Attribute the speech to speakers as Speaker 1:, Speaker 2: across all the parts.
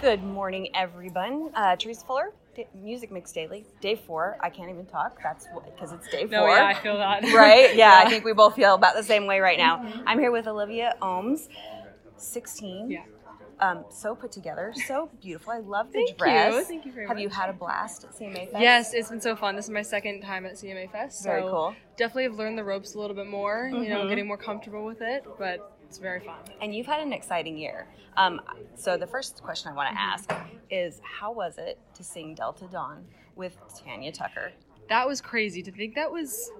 Speaker 1: Good morning, everyone. Uh, Teresa Fuller, D- Music Mix Daily, day four. I can't even talk. That's because it's day
Speaker 2: No,
Speaker 1: four.
Speaker 2: yeah, I feel that.
Speaker 1: right? Yeah, I think we both feel about the same way right now. I'm here with Olivia Ohms, 16.
Speaker 2: Yeah.
Speaker 1: Um, so put together, so beautiful. I love the
Speaker 2: Thank you.
Speaker 1: dress.
Speaker 2: Thank you very
Speaker 1: Have you
Speaker 2: much.
Speaker 1: had a blast at CMA Fest?
Speaker 2: Yes, it's been so fun. This is my second time at CMA Fest. So
Speaker 1: Very cool. Mm-hmm.
Speaker 2: Definitely have learned the ropes a little bit more, you know, getting more comfortable with it, but it's very fun.
Speaker 1: And you've had an exciting year. Um, so the first question I want to ask is, how was it to sing Delta Dawn with Tanya Tucker?
Speaker 2: That was crazy to think that was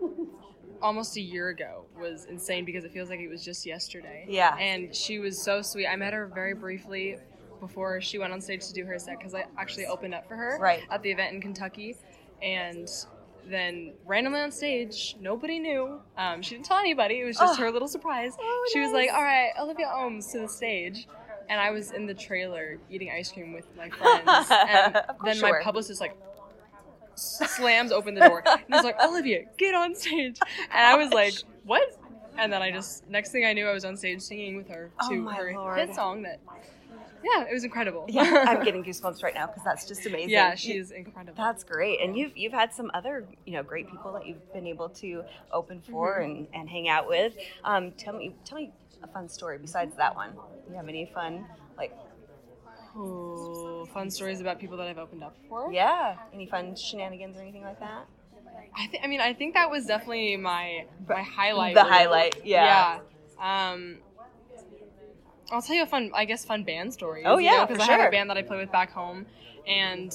Speaker 2: almost a year ago was insane because it feels like it was just yesterday.
Speaker 1: Yeah.
Speaker 2: And she was so sweet. I met her very briefly before she went on stage to do her set because I actually opened up for her
Speaker 1: Right.
Speaker 2: at the event in Kentucky. And then randomly on stage, nobody knew. Um, she didn't tell anybody. It was just
Speaker 1: Oh.
Speaker 2: her little surprise.
Speaker 1: Oh,
Speaker 2: she was
Speaker 1: nice.
Speaker 2: like, all right, Olivia Ohms to the stage. And I was in the trailer eating ice cream with my friends. And
Speaker 1: Of course
Speaker 2: then
Speaker 1: you
Speaker 2: my
Speaker 1: were.
Speaker 2: publicist like slams open the door and he's like, Olivia, get on stage. And I was like, what? And then I just, next thing I knew, I was on stage singing with her
Speaker 1: Oh
Speaker 2: to
Speaker 1: my
Speaker 2: her
Speaker 1: Lord.
Speaker 2: hit song that, yeah, it was incredible.
Speaker 1: Yeah, I'm getting goosebumps right now because that's just amazing.
Speaker 2: yeah,
Speaker 1: You-
Speaker 2: she is incredible.
Speaker 1: That's great, and you've you've had some other you know great people that you've been able to open for and, and hang out with. Um, tell me tell me a fun story besides that one. You have any fun like
Speaker 2: Ooh, fun stories about people that I've opened up for.
Speaker 1: yeah any fun shenanigans or anything like that?
Speaker 2: I think. I mean, I think that was definitely my my highlight.
Speaker 1: The highlight, yeah.
Speaker 2: Yeah. Um, I'll tell you a fun, I guess, fun band story.
Speaker 1: Oh, yeah,
Speaker 2: because
Speaker 1: for
Speaker 2: I have
Speaker 1: sure.
Speaker 2: a band that I play with back home, and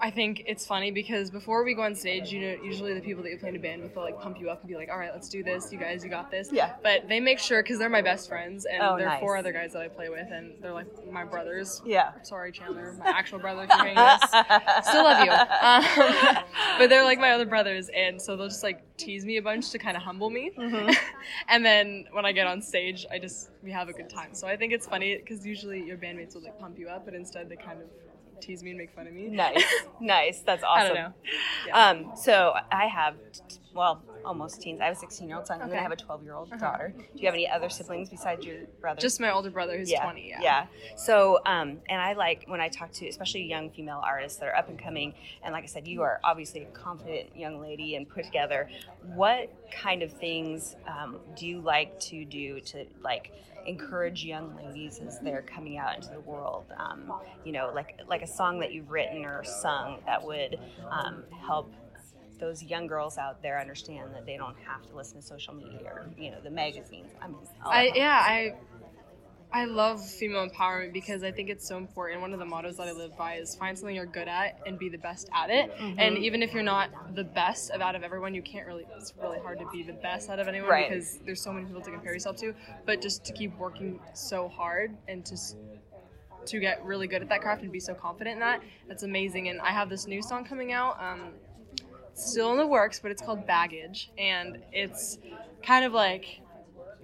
Speaker 2: I think it's funny because before we go on stage, you know, usually the people that you play in a band with will like pump you up and be like, "All right, let's do this, you guys, you got this."
Speaker 1: Yeah.
Speaker 2: But they make sure because they're my best friends, and
Speaker 1: Oh,
Speaker 2: there are four
Speaker 1: nice.
Speaker 2: other guys that I play with, and they're like my brothers.
Speaker 1: Yeah.
Speaker 2: Sorry, Chandler, my actual brother. if you're hearing this still love you. Um, but they're like my other brothers, and so they'll just like tease me a bunch to kind of humble me. and then when I get on stage, I just we have a good time. So I think it's funny because usually your bandmates will like pump you up, but instead they kind of tease me and make fun of me.
Speaker 1: nice, nice. That's
Speaker 2: I
Speaker 1: awesome.
Speaker 2: don't know. Yeah.
Speaker 1: Um, so I have, t- well, almost teens. I have a 16 year old son, and then I
Speaker 2: Okay.
Speaker 1: have a 12 year old
Speaker 2: Uh-huh.
Speaker 1: daughter. Do you have any other siblings besides your brother?
Speaker 2: Just my older brother who's 20. Yeah.
Speaker 1: So, um, and I like when I talk to especially young female artists that are up and coming, and like I said, you are obviously a confident young lady and put together. What kind of things um, do you like to do to like encourage young ladies as they're coming out into the world? Um, you know, like like a song that you've written or sung that would um, help those young girls out there understand that they don't have to listen to social media or you know the magazines. I mean, all
Speaker 2: I
Speaker 1: that.
Speaker 2: yeah I I love female empowerment because I think it's so important. One of the mottos that I live by is find something you're good at and be the best at it. And even if you're not the best of out of everyone, you can't really. It's really hard to be the best out of anyone
Speaker 1: Right.
Speaker 2: because there's so many people to compare yourself to. But just to keep working so hard and to s- to get really good at that craft and be so confident in that, that's amazing. And I have this new song coming out. Um, still in the works, but it's called Baggage, and it's kind of like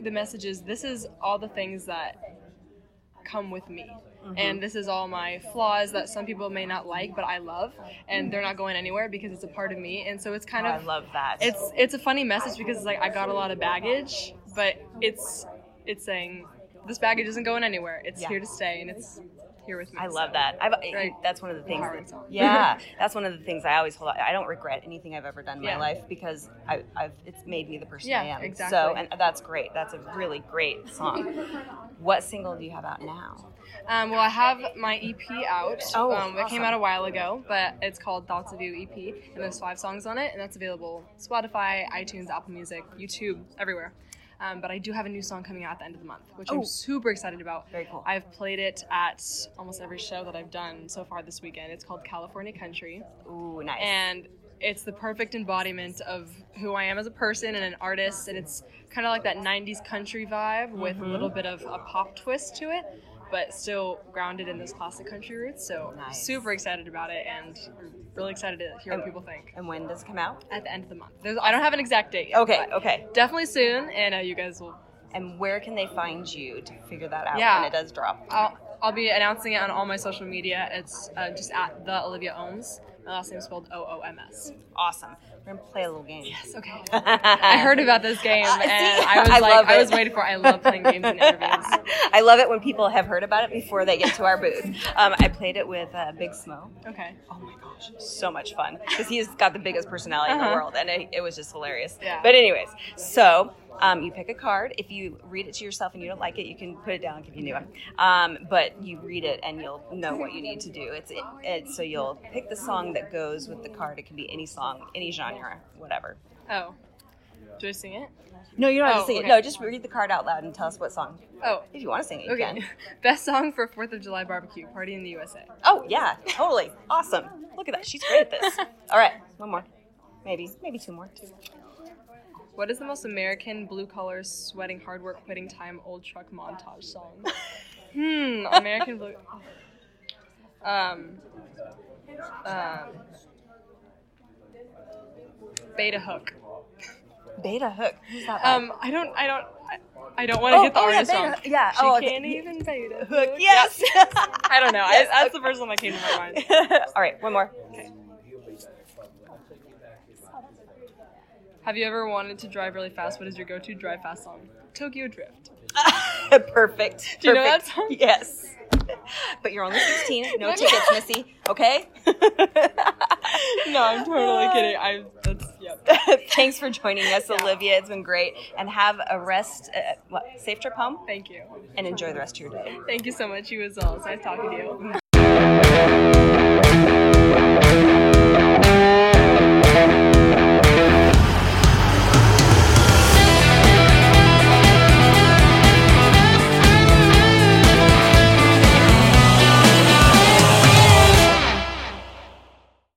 Speaker 2: the message is this is all the things that come with me.
Speaker 1: Mm-hmm.
Speaker 2: And this is all my flaws that some people may not like, but I love, and they're not going anywhere because it's a part of me. And so it's kind
Speaker 1: Oh, I
Speaker 2: of
Speaker 1: love that.
Speaker 2: it's it's a funny message because it's like I got a lot of baggage, but it's it's saying this baggage isn't going anywhere. It's
Speaker 1: Yeah.
Speaker 2: here to stay, and it's here with me.
Speaker 1: I
Speaker 2: So
Speaker 1: love that. I've, I-
Speaker 2: Right.
Speaker 1: That's one of the things.
Speaker 2: Empowering
Speaker 1: that-
Speaker 2: song.
Speaker 1: yeah, that's one of the things I always hold. on. I don't regret anything I've ever done in
Speaker 2: Yeah.
Speaker 1: my life because I, I've it's made me the person I
Speaker 2: Yeah,
Speaker 1: am.
Speaker 2: exactly.
Speaker 1: So, and that's great. That's a really great song. what single do you have out now?
Speaker 2: Um, well, I have my EP out.
Speaker 1: Oh,
Speaker 2: um, it
Speaker 1: awesome.
Speaker 2: came out a while ago, but it's called Thoughts of You EP, and there's five songs on it, and that's available Spotify, iTunes, Apple Music, YouTube, everywhere. Um, but I do have a new song coming out at the end of the month, which
Speaker 1: Oh.
Speaker 2: I'm super excited about.
Speaker 1: Very cool.
Speaker 2: I've played it at almost every show that I've done so far this weekend. It's called California Country
Speaker 1: Ooh, nice.
Speaker 2: and it's the perfect embodiment of who I am as a person and an artist, and it's kind of like that '90s country vibe with a
Speaker 1: Mm-hmm.
Speaker 2: little bit of a pop twist to it, but still grounded in those classic country roots. So
Speaker 1: Nice.
Speaker 2: super excited about it, and really excited to hear what people think
Speaker 1: and when does it come out?
Speaker 2: at the end of the month. There's, I don't have an exact date. Yet,
Speaker 1: Okay,
Speaker 2: but
Speaker 1: okay.
Speaker 2: definitely soon, and uh, you guys will.
Speaker 1: And where can they find you to figure that out
Speaker 2: Yeah.
Speaker 1: when it does drop?
Speaker 2: I'll, I'll be announcing it on all my social media. It's uh, just at the Olivia Ohms. My last name is spelled O O M S.
Speaker 1: Awesome. We're gonna play a little game.
Speaker 2: Yes, okay. I
Speaker 1: I
Speaker 2: heard about this game
Speaker 1: Uh, see?
Speaker 2: and I was
Speaker 1: I
Speaker 2: like,
Speaker 1: love
Speaker 2: I
Speaker 1: it.
Speaker 2: was waiting for. I love playing games and interviews.
Speaker 1: I love it when people have heard about it before they get to our booth. Um, I played it with uh, Big Smo.
Speaker 2: Okay.
Speaker 1: Oh my gosh, so much fun because he's got the biggest personality in
Speaker 2: Uh-huh.
Speaker 1: the world, and it, it was just hilarious.
Speaker 2: Yeah.
Speaker 1: But anyways, so. Um, you pick a card. If you read it to yourself and you don't like it, you can put it down and give you a new one. Um, but you read it and you'll know what you need to do. It's it, it's so you'll pick the song that goes with the card. It can be any song, any genre, whatever.
Speaker 2: Oh. Do I sing it?
Speaker 1: No, you don't have
Speaker 2: Oh,
Speaker 1: to sing
Speaker 2: okay.
Speaker 1: it. No, just read the card out loud and tell us what song.
Speaker 2: Oh.
Speaker 1: If you want to sing it, you
Speaker 2: Okay.
Speaker 1: can.
Speaker 2: Best song for Fourth of July barbecue party in the USA.
Speaker 1: Oh yeah, totally. Awesome. Look at that. She's great at this. All right, one more. Maybe, maybe two more.
Speaker 2: What is the most American blue collar sweating hard work quitting time old truck montage song? hmm. American blue. Um. Um. Beta hook.
Speaker 1: Beta Hook. Who's that? by?
Speaker 2: Um, I don't, I don't, I, I don't want to
Speaker 1: Oh,
Speaker 2: get the
Speaker 1: oh, yeah,
Speaker 2: artist
Speaker 1: beta-
Speaker 2: wrong.
Speaker 1: yeah,
Speaker 2: She
Speaker 1: oh, okay.
Speaker 2: can't even beta
Speaker 1: Hook. Yes.
Speaker 2: I don't know.
Speaker 1: Yes,
Speaker 2: I, that's the first one that came to my mind.
Speaker 1: All right, one more.
Speaker 2: Have you ever wanted to drive really fast? What is your go-to drive fast song? Tokyo Drift.
Speaker 1: Perfect.
Speaker 2: Do you know that
Speaker 1: Perfect.
Speaker 2: song?
Speaker 1: Yes. But you're only 16. No
Speaker 2: Okay.
Speaker 1: tickets, Missy. Okay.
Speaker 2: No, I'm totally kidding. I that's yep.
Speaker 1: Thanks for joining us,
Speaker 2: Yeah.
Speaker 1: Olivia. It's been great, and have a rest, uh, what, safe trip home,
Speaker 2: Thank you.
Speaker 1: and enjoy the rest of your day.
Speaker 2: Thank you so much. You as well. It's uh, nice talking to you.